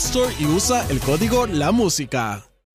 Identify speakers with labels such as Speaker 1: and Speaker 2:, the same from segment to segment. Speaker 1: Store y usa el código La Música.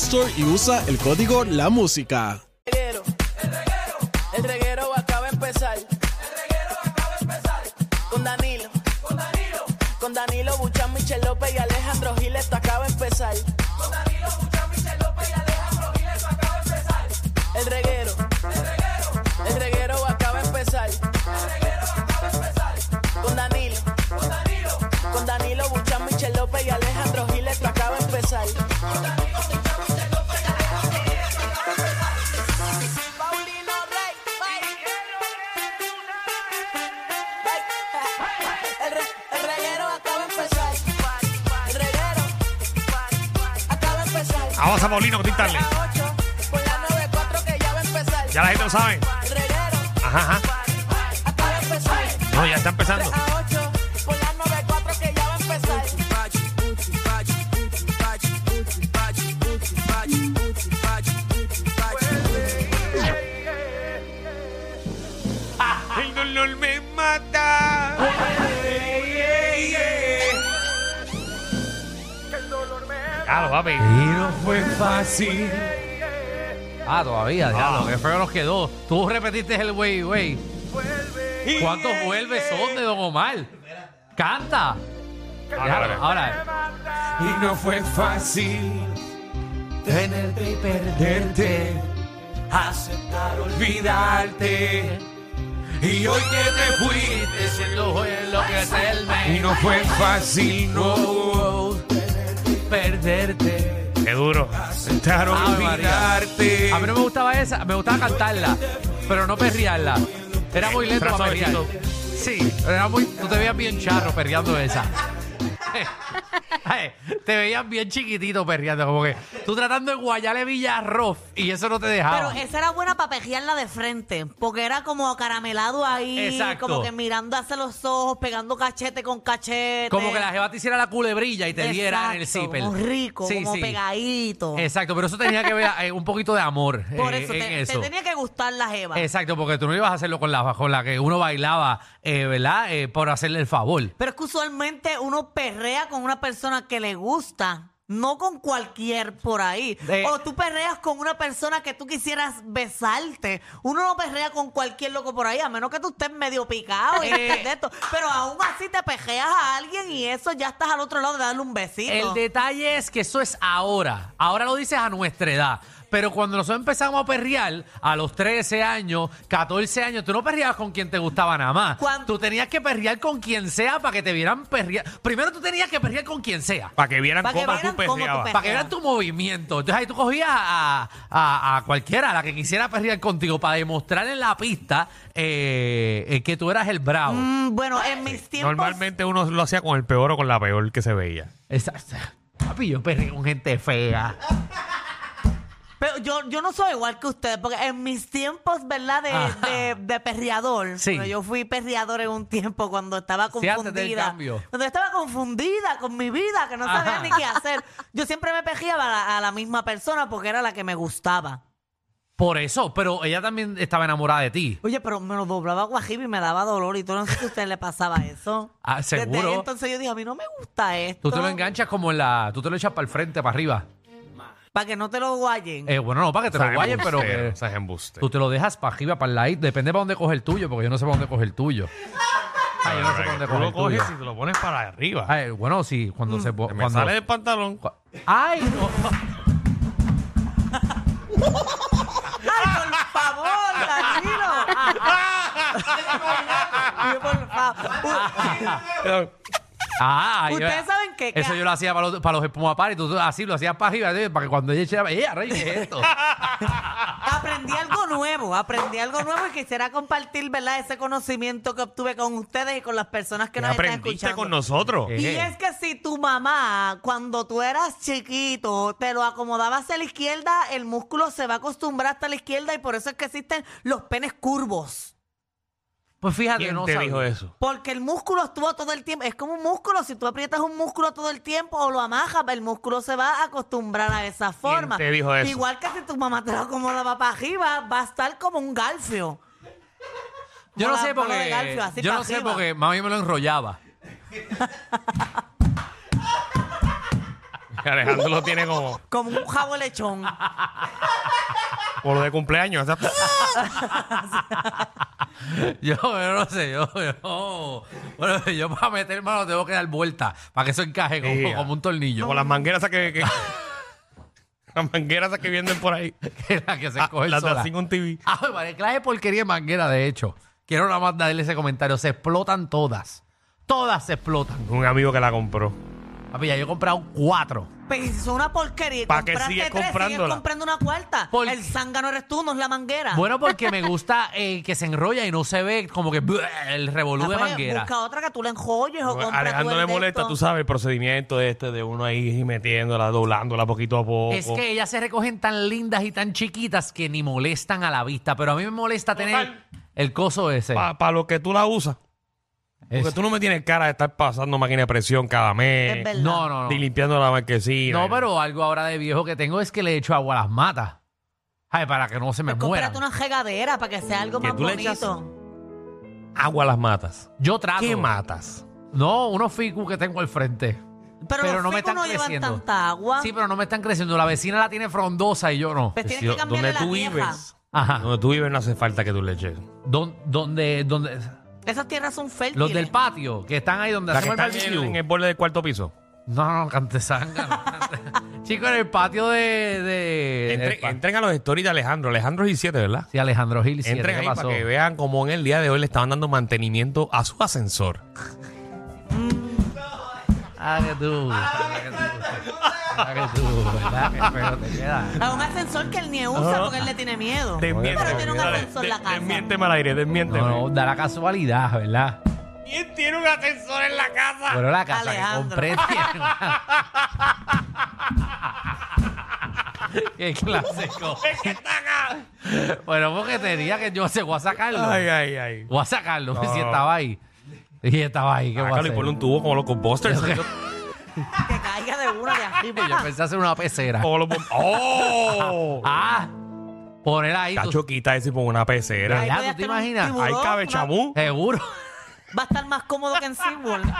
Speaker 1: Store y usa el código La Música.
Speaker 2: reguero. El reguero acaba de empezar. Con Danilo. Con Danilo Buchan, Michel López y Alejandro Gil, esto acaba de empezar. El reguero. El reguero acaba de empezar. Con Danilo. Con Danilo Buchan, Michel López y Alejandro Gil, esto acaba de empezar. Paulino Rey. El, re- el reguero acaba de empezar. El reguero acaba de empezar.
Speaker 3: Vamos a Paulino, contestarle.
Speaker 2: A las 8, por la 94 que ya va a empezar.
Speaker 3: Ya la gente lo sabe.
Speaker 2: El reguero
Speaker 3: Ajá, ajá.
Speaker 2: acaba de empezar.
Speaker 3: No, ya
Speaker 2: De
Speaker 3: está empezando.
Speaker 2: a 8, por la 94 que ya va a empezar.
Speaker 3: El dolor me mata. Claro, papi.
Speaker 4: Y no fue fácil. Ah, todavía, diablo, qué feo nos quedó. Tú repetiste el wey, wey. ¿Cuántos vuelves son de Don Omar? Canta.
Speaker 3: Ahora,
Speaker 4: Déjalo,
Speaker 3: ahora.
Speaker 4: ahora,
Speaker 5: Y no fue fácil tenerte y perderte, aceptar olvidarte. Y hoy que te fuiste,
Speaker 4: el lujo y enloquecerme
Speaker 5: y no fue fácil no
Speaker 4: perderte.
Speaker 3: Qué duro.
Speaker 5: aceptar
Speaker 4: Ave María.
Speaker 5: olvidarte.
Speaker 4: A mí no me gustaba esa, me gustaba cantarla, pero no perrearla. Era muy lento
Speaker 3: Trazo
Speaker 4: para perrear.
Speaker 3: besito.
Speaker 4: Sí, pero era muy, tú te veías bien charro perreando esa. Ay, te veías bien chiquitito perreando, como que tú tratando de guayale Villarroz y eso no te
Speaker 6: Pero
Speaker 4: dejaba.
Speaker 6: esa era buena para pejearla de frente, porque era como caramelado ahí,
Speaker 4: Exacto.
Speaker 6: como que mirando hacia los ojos, pegando cachete con cachete.
Speaker 4: Como que la jeva te hiciera la culebrilla y te diera en el
Speaker 6: Exacto,
Speaker 4: zipper.
Speaker 6: Como rico,
Speaker 4: Sí,
Speaker 6: como
Speaker 4: sí.
Speaker 6: pegadito.
Speaker 4: Exacto, pero eso tenía que ver eh, un poquito de amor
Speaker 6: Por
Speaker 4: eh,
Speaker 6: eso,
Speaker 4: en
Speaker 6: te, te
Speaker 4: eso.
Speaker 6: tenía que gustar la jeva.
Speaker 4: Exacto, porque tú no ibas a hacerlo con la, con la que uno bailaba, eh, ¿verdad? Eh, por hacerle el favor.
Speaker 6: Pero es que usualmente uno perrea con una persona que le gusta, no con cualquier por ahí.
Speaker 4: Eh.
Speaker 6: o tú perreas con una persona que tú quisieras besarte. Uno no perrea con cualquier loco por ahí, a menos que tú estés medio picado y
Speaker 4: Eh.
Speaker 6: estés de esto. Pero aún así te perreas a alguien y eso ya estás al otro lado de darle un besito.
Speaker 4: El detalle es que eso es ahora. Ahora lo dices a nuestra edad. Pero cuando nosotros empezamos a perrear, a los 13 años, 14 años, tú no perreabas con quien te gustaba nada más.
Speaker 6: Cuan-
Speaker 4: Tú tenías que perrear con quien sea para que te vieran perrear. Primero tú tenías que perrear con quien sea.
Speaker 3: Para que vieran
Speaker 6: Pa' que
Speaker 3: cómo
Speaker 6: vieran
Speaker 3: tú
Speaker 6: cómo
Speaker 3: perreabas.
Speaker 6: tú perreabas.
Speaker 4: Para que vean tu movimiento. Entonces ahí tú cogías a, a- a cualquiera, a la que quisiera perrear contigo, para demostrar en la pista eh, eh, que tú eras el bravo.
Speaker 6: Mm, bueno, en mis tiempos.
Speaker 3: Normalmente uno lo hacía con el peor o con la peor que se veía.
Speaker 4: Exacto. Papi, yo perreé con gente fea.
Speaker 6: Pero yo, yo no soy igual que ustedes, porque en mis tiempos, ¿verdad?
Speaker 4: Ajá.
Speaker 6: De, de, de perreador.
Speaker 4: Sí.
Speaker 6: Pero yo fui perreador en un tiempo cuando estaba
Speaker 4: Sí,
Speaker 6: confundida.
Speaker 4: antes del cambio.
Speaker 6: Cuando estaba confundida con mi vida, que no
Speaker 4: Ajá.
Speaker 6: sabía ni qué hacer. Yo siempre me perreaba a la, a la misma persona porque era la que me gustaba.
Speaker 4: Por eso, pero ella también estaba enamorada de ti.
Speaker 6: Oye, pero me lo doblaba guajibi y me daba dolor y todo. No sé si a usted le pasaba eso.
Speaker 4: Ah,
Speaker 6: Desde
Speaker 4: seguro.
Speaker 6: ahí, entonces yo dije, a mí no me gusta esto.
Speaker 4: Tú te lo enganchas como en la. Tú te lo echas para el frente, para arriba.
Speaker 6: Para que no te lo guayen.
Speaker 4: Eh, bueno, no, para que te lo guayen, pero. que-
Speaker 3: Esa es embuste.
Speaker 4: tú te lo dejas para arriba, para el lado. Depende para dónde coge el tuyo, porque yo no sé para dónde coge el tuyo. Ay, yo no sé dónde
Speaker 3: Tú
Speaker 4: poner
Speaker 3: lo
Speaker 4: el
Speaker 3: coges
Speaker 4: tuyo.
Speaker 3: y te lo pones para arriba.
Speaker 4: Ay, bueno, sí, cuando
Speaker 6: Mm.
Speaker 4: se... po-
Speaker 3: Te me
Speaker 4: cuando-
Speaker 3: sale del pantalón.
Speaker 4: Cu- ¡Ay, no!
Speaker 6: ¡Ay, por favor, Danilo! Yo, por favor.
Speaker 4: Ah, ahí
Speaker 6: Ustedes
Speaker 4: va.
Speaker 6: saben que- que-
Speaker 4: Eso yo lo hacía para los, para los espuma party, tú así lo hacías para arriba, ¿sí? para que cuando ella echaba, ¡eh, rey, qué es esto!
Speaker 6: Aprendí algo nuevo, aprendí algo nuevo y quisiera compartir, ¿verdad? Ese conocimiento que obtuve con ustedes y con las personas que
Speaker 3: ¿Qué
Speaker 6: nos están
Speaker 3: aprendiste
Speaker 6: escuchando.
Speaker 3: con nosotros?
Speaker 4: Eh.
Speaker 6: Y
Speaker 4: Ejé.
Speaker 6: es que si tu mamá, cuando tú eras chiquito, te lo acomodabas a la izquierda, el músculo se va a acostumbrar hasta la izquierda y por eso es que existen los penes curvos.
Speaker 4: Pues fíjate,
Speaker 3: ¿Quién
Speaker 4: no
Speaker 3: te
Speaker 4: sabía.
Speaker 3: dijo eso?
Speaker 6: Porque el músculo estuvo todo el tiempo. Es como un músculo. Si tú aprietas un músculo todo el tiempo o lo amajas, el músculo se va a acostumbrar a esa forma.
Speaker 3: te dijo eso?
Speaker 6: Igual que si tu mamá te lo acomodaba para arriba, va a estar como un galfio.
Speaker 4: Yo no
Speaker 6: Como
Speaker 4: sé
Speaker 6: la mano de
Speaker 4: porque.
Speaker 6: Garfio, así
Speaker 4: Yo
Speaker 6: pa'
Speaker 4: no sé
Speaker 6: arriba.
Speaker 4: porque mami me lo enrollaba.
Speaker 3: Alejandro lo tiene como
Speaker 6: Como un jabo lechón.
Speaker 3: por lo de cumpleaños. o sea,
Speaker 4: Yo, yo no sé, yo, yo- Bueno, yo para meter mano tengo que dar vuelta para que eso encaje como,
Speaker 3: Sí,
Speaker 4: como un
Speaker 3: Con
Speaker 4: tornillo.
Speaker 3: las mangueras esas que, que- las mangueras esas que vienen por ahí.
Speaker 4: Que es la que se
Speaker 3: Ah,
Speaker 4: coge
Speaker 3: las de
Speaker 4: sola.
Speaker 3: así con TV.
Speaker 4: Ah, vale, clase de porquería de manguera, de hecho. Quiero nada más darle ese comentario. Se explotan todas. Todas se explotan.
Speaker 3: Un amigo que la compró.
Speaker 4: Papi, ya yo he comprado cuatro.
Speaker 6: Pero es una porquería. y
Speaker 3: ¿Pa' qué
Speaker 6: compraste
Speaker 3: sigues
Speaker 6: tres,
Speaker 3: comprándola?
Speaker 6: comprando una cuarta.
Speaker 4: ¿Por
Speaker 6: El
Speaker 4: qué?
Speaker 6: zángano eres tú, no es la manguera.
Speaker 4: Bueno, porque me gusta eh, que se enrolla y no se ve como que bleh, el revolú
Speaker 6: Ah,
Speaker 4: de
Speaker 6: pues,
Speaker 4: manguera.
Speaker 6: Busca otra que tú le enjolles o compra
Speaker 3: Alejandro
Speaker 6: tú el
Speaker 3: le
Speaker 6: de
Speaker 3: molesta,
Speaker 6: esto.
Speaker 3: tú sabes, el procedimiento de este de uno ahí metiéndola, doblándola poquito a poco.
Speaker 4: Es que ellas se recogen tan lindas y tan chiquitas que ni molestan a la vista. Pero a mí me molesta tener
Speaker 3: Total.
Speaker 4: el coso ese.
Speaker 3: Para lo que tú la usas. Porque
Speaker 4: Ese.
Speaker 3: tú no me tienes cara de estar pasando máquina de presión cada
Speaker 6: Es
Speaker 3: mes.
Speaker 6: verdad.
Speaker 4: No, no, no.
Speaker 3: Y limpiando la marquesina.
Speaker 4: No, pero algo ahora de viejo que tengo es que le echo agua a las matas. Ay, para que no se me
Speaker 6: Pues
Speaker 4: mueran.
Speaker 6: cómprate una regadera para que sea algo
Speaker 3: Que
Speaker 6: más
Speaker 3: tú le echas-
Speaker 6: bonito.
Speaker 3: Agua a las matas.
Speaker 4: Yo trato.
Speaker 3: ¿Qué matas?
Speaker 4: No, unos ficus que tengo al frente.
Speaker 6: Pero,
Speaker 4: Pero
Speaker 6: los
Speaker 4: no me
Speaker 6: ficus
Speaker 4: están
Speaker 6: no llevan
Speaker 4: creciendo.
Speaker 6: tanta agua.
Speaker 4: Sí, pero no me están creciendo. La vecina la tiene frondosa y yo no.
Speaker 6: Ah. Pues tienes
Speaker 3: Si-
Speaker 6: que
Speaker 3: donde
Speaker 6: cambiarle la
Speaker 3: tú
Speaker 6: vieja. Ah.
Speaker 3: vives.
Speaker 4: Ajá.
Speaker 3: Donde tú vives no hace falta que tú le eches.
Speaker 4: Don- donde, donde,
Speaker 6: Esas tierras son fértiles.
Speaker 4: los del patio, que están ahí donde
Speaker 3: La que
Speaker 4: hacemos el
Speaker 3: está en el,
Speaker 4: barbecue.
Speaker 3: en el borde del cuarto piso.
Speaker 4: No, no, cantezanga. Chico, en el patio de... de
Speaker 3: Entre-
Speaker 4: del pa-
Speaker 3: entren a los stories de Alejandro. Alejandro es 17, ¿verdad?
Speaker 4: Sí, Alejandro Gil, siete,
Speaker 3: Entren
Speaker 4: ¿qué
Speaker 3: ahí
Speaker 4: pasó?
Speaker 3: para que vean cómo en el día de hoy le estaban dando mantenimiento a su ascensor.
Speaker 4: Ah, que tú. Ah, que tú. Ah, que tú, ¿verdad? Que feo te queda.
Speaker 6: A un ascensor que él ni usa porque él le tiene miedo. pero tiene un ascensor en la casa.
Speaker 3: Desmiénteme al aire, desmiénteme.
Speaker 4: No, no, da la casualidad, ¿verdad?
Speaker 3: ¿Quién tiene un ascensor en la casa?
Speaker 4: Pero la casa
Speaker 6: Alejandro.
Speaker 4: que compré tiene- Qué clásico.
Speaker 3: Es que está acá.
Speaker 4: Bueno, porque tenía que yo se voy a sacarlo.
Speaker 3: Ay, ay, ay.
Speaker 4: Voy a sacarlo,
Speaker 3: No.
Speaker 4: si estaba ahí. Y estaba ahí, ¿qué voy a
Speaker 3: Sácalo y
Speaker 4: hacer?
Speaker 3: ponle un tubo como los composters.
Speaker 6: Que caiga de una de
Speaker 4: Sí,
Speaker 6: arriba.
Speaker 4: pues yo pensé hacer una pecera.
Speaker 3: Como los bom- ¡Oh!
Speaker 4: Ah, poner ahí. tú-
Speaker 3: Cacho, quita ese y pon una pecera.
Speaker 4: ¿Verdad? ¿Tú
Speaker 6: Ahí
Speaker 4: te
Speaker 6: puede
Speaker 4: imaginas?
Speaker 6: estar un
Speaker 3: Ahí
Speaker 6: tiburón,
Speaker 3: cabe
Speaker 6: una-
Speaker 3: chamú.
Speaker 4: Seguro.
Speaker 6: Va a estar más cómodo que en SeaWorld.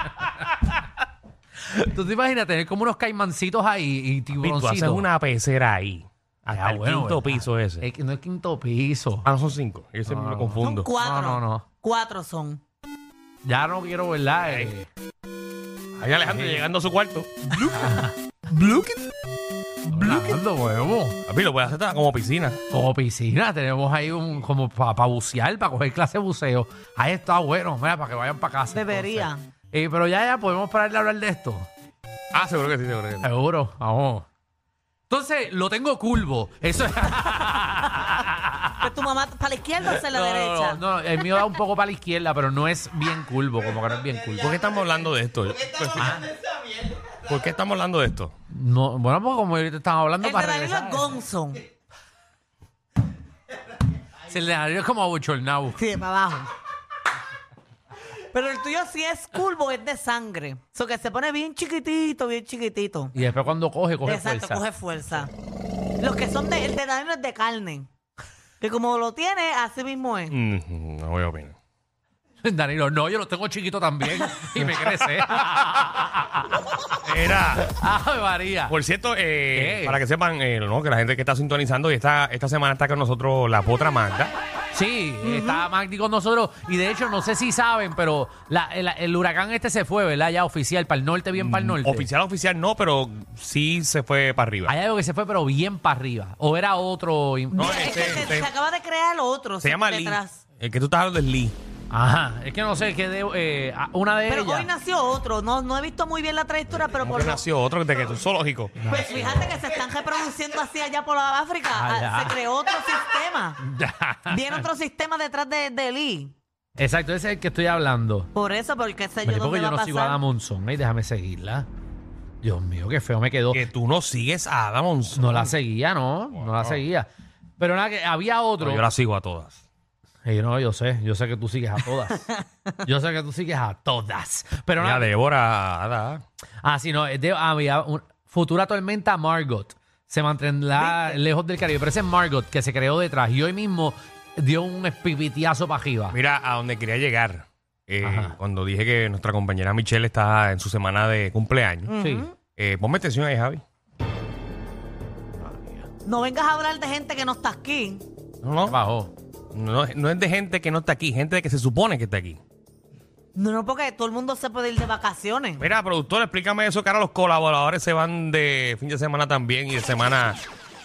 Speaker 4: ¿Tú te imaginas tener como unos caimancitos ahí y
Speaker 3: Y tú haces
Speaker 4: tiburoncitos?
Speaker 3: una pecera ahí. Hasta
Speaker 4: Ah,
Speaker 3: el
Speaker 4: bueno,
Speaker 3: quinto
Speaker 4: ¿verdad?
Speaker 3: piso ese.
Speaker 4: Es que no es quinto piso.
Speaker 3: Ah, no son cinco. Yo siempre me
Speaker 6: Son
Speaker 3: confundo.
Speaker 6: cuatro.
Speaker 4: No, no, no.
Speaker 6: Cuatro son.
Speaker 4: Ya no quiero, ¿verdad? Eh,
Speaker 3: Ahí Alejandro llegando a su cuarto.
Speaker 4: Hablando, huevo.
Speaker 3: A mí lo puedes hacer hasta como piscina.
Speaker 4: Como piscina, tenemos ahí un, como para bucear, para coger clase de buceo. Ahí está bueno, mira, para que vayan para casa.
Speaker 6: Debería.
Speaker 4: entonces. Eh, pero ya, ya, podemos parar de hablar de esto.
Speaker 3: Ah, seguro que sí, seguro que sí.
Speaker 4: Seguro, vamos. Entonces, lo tengo curvo. Eso es.
Speaker 6: Que Pues tu mamá para la izquierda o hacia la
Speaker 4: no, no,
Speaker 6: derecha.
Speaker 4: no, no, el mío da un poco para la izquierda, pero no es bien curvo, como que no es bien curvo.
Speaker 3: ¿Por qué estamos hablando de esto? Pues, ¿Por qué estamos hablando de esto?
Speaker 4: No, bueno, pues como ahorita estamos hablando
Speaker 6: El de
Speaker 4: para
Speaker 6: Danilo es
Speaker 4: regresar.
Speaker 6: Gonzo.
Speaker 4: Si El de Danilo es como abochornado.
Speaker 6: Sí, para abajo. Pero el tuyo sí es curvo, es de sangre. Eso que se pone bien chiquitito, bien chiquitito.
Speaker 4: Y después cuando coge, coge
Speaker 6: Exacto,
Speaker 4: fuerza.
Speaker 6: coge fuerza. Los que son de, el de Danilo es de carne. Que como lo tiene, así mismo es.
Speaker 3: Mm, no voy a opinar.
Speaker 4: Danilo, no, yo lo tengo chiquito también y me crece.
Speaker 3: Era.
Speaker 4: Ay, María.
Speaker 3: Por cierto, eh,
Speaker 4: ¿Qué?
Speaker 3: para que sepan, eh, no, que la gente que está sintonizando y esta, esta semana está con nosotros la potra Magda.
Speaker 4: Sí, estaba Magdi con nosotros. Y de hecho, no sé si saben, pero la- el, el huracán este se fue, ¿verdad? Ya oficial, para el norte, bien para el norte.
Speaker 3: Mm, Oficial, oficial no, pero sí se fue para arriba.
Speaker 4: Hay algo que se fue, pero bien para arriba. O era otro. in-
Speaker 3: No,
Speaker 6: es
Speaker 3: este,
Speaker 6: que se,
Speaker 3: este.
Speaker 6: se acaba de crear otro.
Speaker 3: se
Speaker 6: sí,
Speaker 3: llama Lee.
Speaker 6: detrás.
Speaker 3: El que tú estás hablando es Lee.
Speaker 4: Ajá, es que no sé, que de- eh, a- una de
Speaker 6: Pero
Speaker 4: ellas.
Speaker 6: hoy nació otro. No, no he visto muy bien la trayectoria, pero por
Speaker 3: Porque
Speaker 6: lo
Speaker 3: nació otro de que es un zoológico.
Speaker 6: Pues fíjate que se están reproduciendo así allá por África.
Speaker 4: Allá.
Speaker 6: Ah, Se creó otro sistema. Viene otro sistema detrás de, de Lee.
Speaker 4: Exacto, ese es el que estoy hablando.
Speaker 6: Por eso, porque sé yo
Speaker 4: Oye,
Speaker 6: dónde
Speaker 4: porque
Speaker 6: va
Speaker 4: yo
Speaker 6: a
Speaker 4: no
Speaker 6: pasar.
Speaker 4: sigo a Ada Monzón, ay, déjame seguirla. Dios mío, qué feo me quedó.
Speaker 3: Que tú no sigues a Adam Monzón.
Speaker 4: No la seguía, no, no la seguía. Pero nada, que había otro.
Speaker 3: No, yo la sigo a todas.
Speaker 4: Y yo, no, yo sé, yo sé que tú sigues a todas. yo sé que tú sigues a todas. Pero
Speaker 3: Mira,
Speaker 4: nada.
Speaker 3: Débora, Ada.
Speaker 4: Ah, sí, no, es de- había un- futura tormenta Margot. Se mantendrá lejos del Caribe. Pero ese es Margot que se creó detrás. Y hoy mismo dio un espipitiazo para arriba.
Speaker 3: Mira, a donde quería llegar. eh,
Speaker 4: Ajá.
Speaker 3: cuando dije que nuestra compañera Michelle está en su semana de cumpleaños.
Speaker 4: Sí.
Speaker 3: Eh, ponme atención ahí, Javi.
Speaker 6: No vengas a hablar de gente que no está aquí.
Speaker 3: No, no,
Speaker 4: Bajó.
Speaker 3: no, no es de gente que no está aquí, gente que se supone que está aquí.
Speaker 6: No, no, porque todo el mundo se puede ir de vacaciones.
Speaker 3: Mira, productor, explícame eso, que ahora los colaboradores se van de fin de semana también y de semana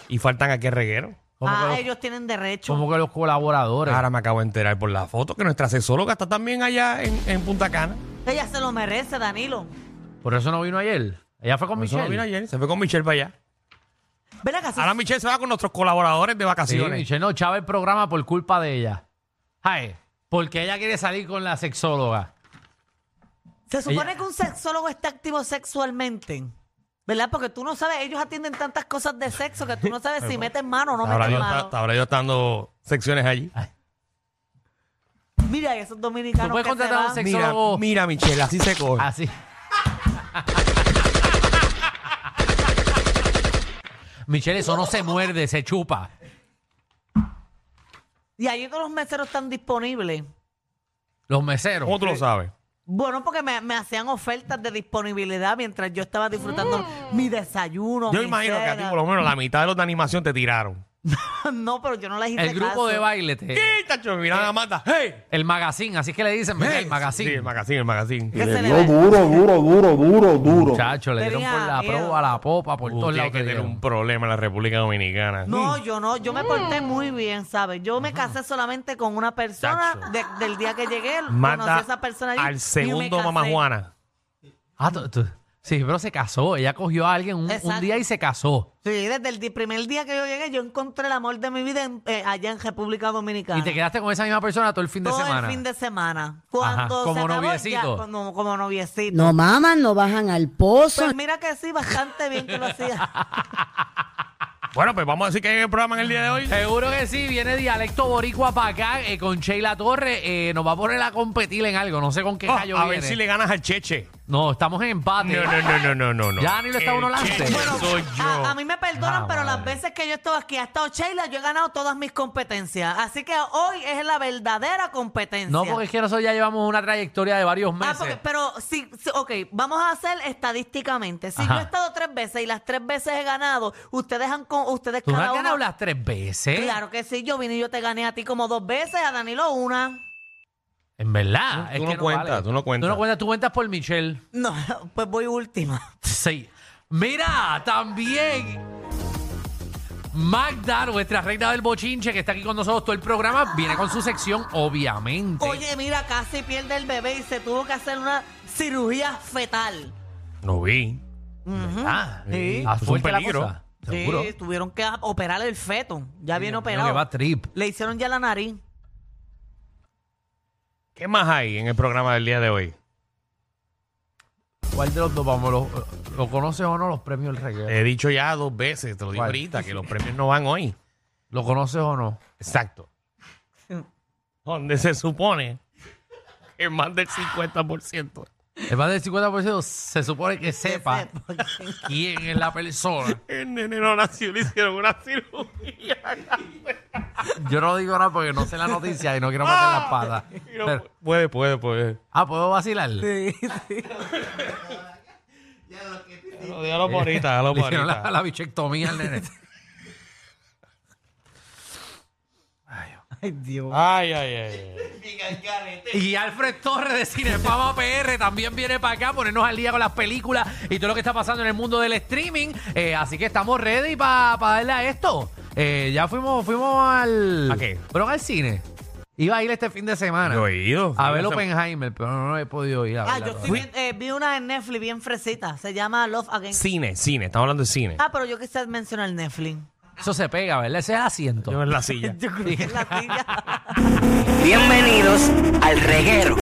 Speaker 3: y faltan aquí al reguero.
Speaker 4: ¿Cómo,
Speaker 6: ah,
Speaker 4: que los,
Speaker 6: ellos tienen derecho.
Speaker 4: cómo que los colaboradores?
Speaker 3: Ahora me acabo de enterar por la foto que nuestra asesóloga está también allá en, en Punta Cana.
Speaker 6: Ella se lo merece, Danilo.
Speaker 4: Por eso no vino ayer. Ella fue con
Speaker 3: Por eso
Speaker 4: Michelle.
Speaker 3: no vino ayer, se fue con Michelle para allá.
Speaker 6: Ven acá,
Speaker 3: Ahora Michelle se va con nuestros colaboradores de
Speaker 4: Sí,
Speaker 3: vacaciones.
Speaker 4: Michelle no echaba el programa por culpa de ella. Ay, porque ella quiere salir con la sexóloga.
Speaker 6: se supone
Speaker 4: ella-
Speaker 6: que un sexólogo está activo sexualmente. ¿Verdad? Porque tú no sabes, ellos atienden tantas cosas de sexo que tú no sabes si meten mano o no
Speaker 3: ahora,
Speaker 6: meten
Speaker 3: yo, está-
Speaker 6: mano.
Speaker 3: ahora yo está dando secciones allí.
Speaker 6: Mira, y esos
Speaker 4: ¿Tú
Speaker 6: dominicanos
Speaker 4: puedes
Speaker 6: que se
Speaker 4: contratar a un
Speaker 6: van.
Speaker 4: sexo-
Speaker 3: Mira,
Speaker 4: Sexólogo.
Speaker 3: mira, Michelle, así se coge.
Speaker 4: Así. Michelle, eso no se muerde, se chupa.
Speaker 6: Y ahí todos los meseros están disponibles.
Speaker 4: Los meseros.
Speaker 3: ¿Cómo tú lo sabes?
Speaker 6: Bueno, porque me, me hacían ofertas de disponibilidad mientras yo estaba disfrutando
Speaker 4: Mm.
Speaker 6: mi desayuno.
Speaker 3: Yo
Speaker 6: mi
Speaker 3: imagino que a ti
Speaker 6: cena.
Speaker 3: por lo menos la mitad de los de animación te tiraron.
Speaker 6: No, pero yo no les hice
Speaker 4: El
Speaker 6: caso.
Speaker 4: grupo de baile, te-
Speaker 3: ¡Ey, tacho! Mira la mata. ¡Hey!
Speaker 4: el magazine, así es que le dicen, ¿verdad? el
Speaker 3: Sí,
Speaker 4: magazine.
Speaker 3: el magazine, el magazine.
Speaker 6: Que se le
Speaker 7: Dio
Speaker 6: ve-
Speaker 7: duro, duro, duro, duro, duro.
Speaker 4: Muchachos, le dieron
Speaker 6: Tenía
Speaker 4: por la
Speaker 6: miedo.
Speaker 4: proa, la popa, por
Speaker 3: Tú
Speaker 4: todos lados.
Speaker 3: tienes que
Speaker 4: le
Speaker 3: tener
Speaker 4: dieron.
Speaker 3: un problema en la República Dominicana.
Speaker 6: No,
Speaker 3: Mm.
Speaker 6: yo no, yo me porté muy bien, ¿sabes? Yo me casé solamente con una persona
Speaker 3: Chacho.
Speaker 6: de- del día que llegué, conocí
Speaker 3: Mata
Speaker 6: a esa persona allí, y
Speaker 3: al
Speaker 6: me
Speaker 3: segundo
Speaker 6: casé.
Speaker 3: mamá Juana.
Speaker 4: Ah, tú- tú- Sí, pero se casó. Ella cogió a alguien un, un
Speaker 6: Exacto.
Speaker 4: día y se casó.
Speaker 6: Sí, desde el di- primer día que yo llegué, yo encontré el amor de mi vida en- eh, allá en República Dominicana.
Speaker 4: Y te quedaste con esa misma persona todo el fin
Speaker 6: todo
Speaker 4: de semana.
Speaker 6: el fin de semana. Cuando
Speaker 4: Ajá, como
Speaker 6: se acabó,
Speaker 4: noviecito.
Speaker 6: ya, como, como noviecito.
Speaker 8: No maman, no bajan al pozo.
Speaker 6: Pues mira que sí, bastante bien que lo hacía.
Speaker 3: Bueno, pues vamos a decir que hay el programa en el día de hoy.
Speaker 4: Seguro que sí, viene Dialecto Boricua para acá eh, con Sheila Torres. eh, nos va a poner a competir en algo, no sé con qué
Speaker 3: Oh,
Speaker 4: gallo
Speaker 3: a ver
Speaker 4: viene.
Speaker 3: si le ganas al Cheche.
Speaker 4: No, estamos en empate.
Speaker 3: No, no, no, no, no, no. no.
Speaker 4: Ya ni lo está
Speaker 3: El
Speaker 4: uno lance.
Speaker 3: Cheche
Speaker 4: Bueno,
Speaker 3: soy yo.
Speaker 6: A, a mí me perdonan,
Speaker 4: Ah,
Speaker 6: pero las
Speaker 4: madre.
Speaker 6: veces que yo he estado aquí, ha estado Sheila, yo he ganado todas mis competencias. Así que hoy es la verdadera competencia.
Speaker 4: No, porque es que nosotros ya llevamos una trayectoria de varios
Speaker 6: Ah,
Speaker 4: meses.
Speaker 6: porque, pero sí, sí, ok, vamos a hacer estadísticamente. Si
Speaker 4: Ajá.
Speaker 6: yo he estado tres veces y las tres veces he ganado, ustedes han con, ustedes
Speaker 4: Tú no
Speaker 6: cada
Speaker 4: has
Speaker 6: uno-
Speaker 4: ganado las tres veces.
Speaker 6: Claro que sí, yo vine y yo te gané a ti como dos veces, a Danilo una.
Speaker 4: En verdad.
Speaker 3: Tú-
Speaker 4: es
Speaker 3: tú
Speaker 4: que
Speaker 3: no cuentas,
Speaker 4: vale.
Speaker 3: tú no cuentas.
Speaker 4: Tú no cuentas, tú cuentas por Michelle.
Speaker 6: No, pues voy última.
Speaker 4: Sí. Mira, también. Magda, nuestra reina del bochinche, que está aquí con nosotros todo el programa, viene con su sección, obviamente.
Speaker 6: Oye, mira, casi pierde el bebé y se tuvo que hacer una cirugía fetal.
Speaker 3: No vi.
Speaker 4: Ah,
Speaker 6: Sí.
Speaker 4: ah,
Speaker 3: Es un
Speaker 4: fuerte la
Speaker 3: peligro.
Speaker 4: cosa. Seguro.
Speaker 6: Sí, tuvieron que operar el feto. Ya viene
Speaker 4: Dios mío, que
Speaker 6: operado.
Speaker 4: va trip.
Speaker 6: Le hicieron ya la nariz.
Speaker 3: ¿Qué más hay en el programa del día de hoy?
Speaker 4: ¿Cuál de los dos vamos? ¿Lo, lo conoces o no los premios del reguero?
Speaker 3: He dicho ya dos veces, te lo digo
Speaker 4: ¿Cuál?
Speaker 3: ahorita, que los premios no van hoy.
Speaker 4: ¿Lo conoces o no?
Speaker 3: Exacto. Donde se supone que más del 50%.
Speaker 4: El más del 50% se supone que sepa quién es la persona.
Speaker 3: El nene no nació, le hicieron una cirugía.
Speaker 4: Yo no digo nada porque no sé la noticia y no quiero meter las patas.
Speaker 3: Y no-
Speaker 4: Pero-
Speaker 3: puede, puede, puede.
Speaker 4: ah, ¿puedo vacilar?
Speaker 3: Pero Déjalo por ahorita, déjalo
Speaker 4: Le
Speaker 3: por
Speaker 4: hicieron
Speaker 3: ahorita.
Speaker 4: la, la bichectomía al nene.
Speaker 9: Ay, Dios.
Speaker 3: Ay, ay, ay.
Speaker 4: Y Alfred Torres de Cinefama PR también viene para acá a ponernos al día con las películas y todo lo que está pasando en el mundo del streaming. Eh, así que estamos ready para darle a esto. Eh, ya fuimos, fuimos al.
Speaker 3: ¿A qué?
Speaker 4: Fueron al cine. Iba a ir este fin de semana.
Speaker 3: Yo he ido.
Speaker 4: A ver Oppenheimer, pero no he podido ir a
Speaker 6: Ah,
Speaker 4: verla
Speaker 6: yo
Speaker 4: todavía.
Speaker 6: estoy bien- eh, vi una en Netflix bien fresita. Se llama Love Again.
Speaker 3: Cine, cine. Estamos hablando de cine.
Speaker 6: Ah, pero yo quise mencionar Netflix.
Speaker 4: Eso se pega, ¿verdad? Ese es el asiento.
Speaker 3: Yo en la silla.
Speaker 6: Yo creo que es la tía.
Speaker 2: Bienvenidos al reguero.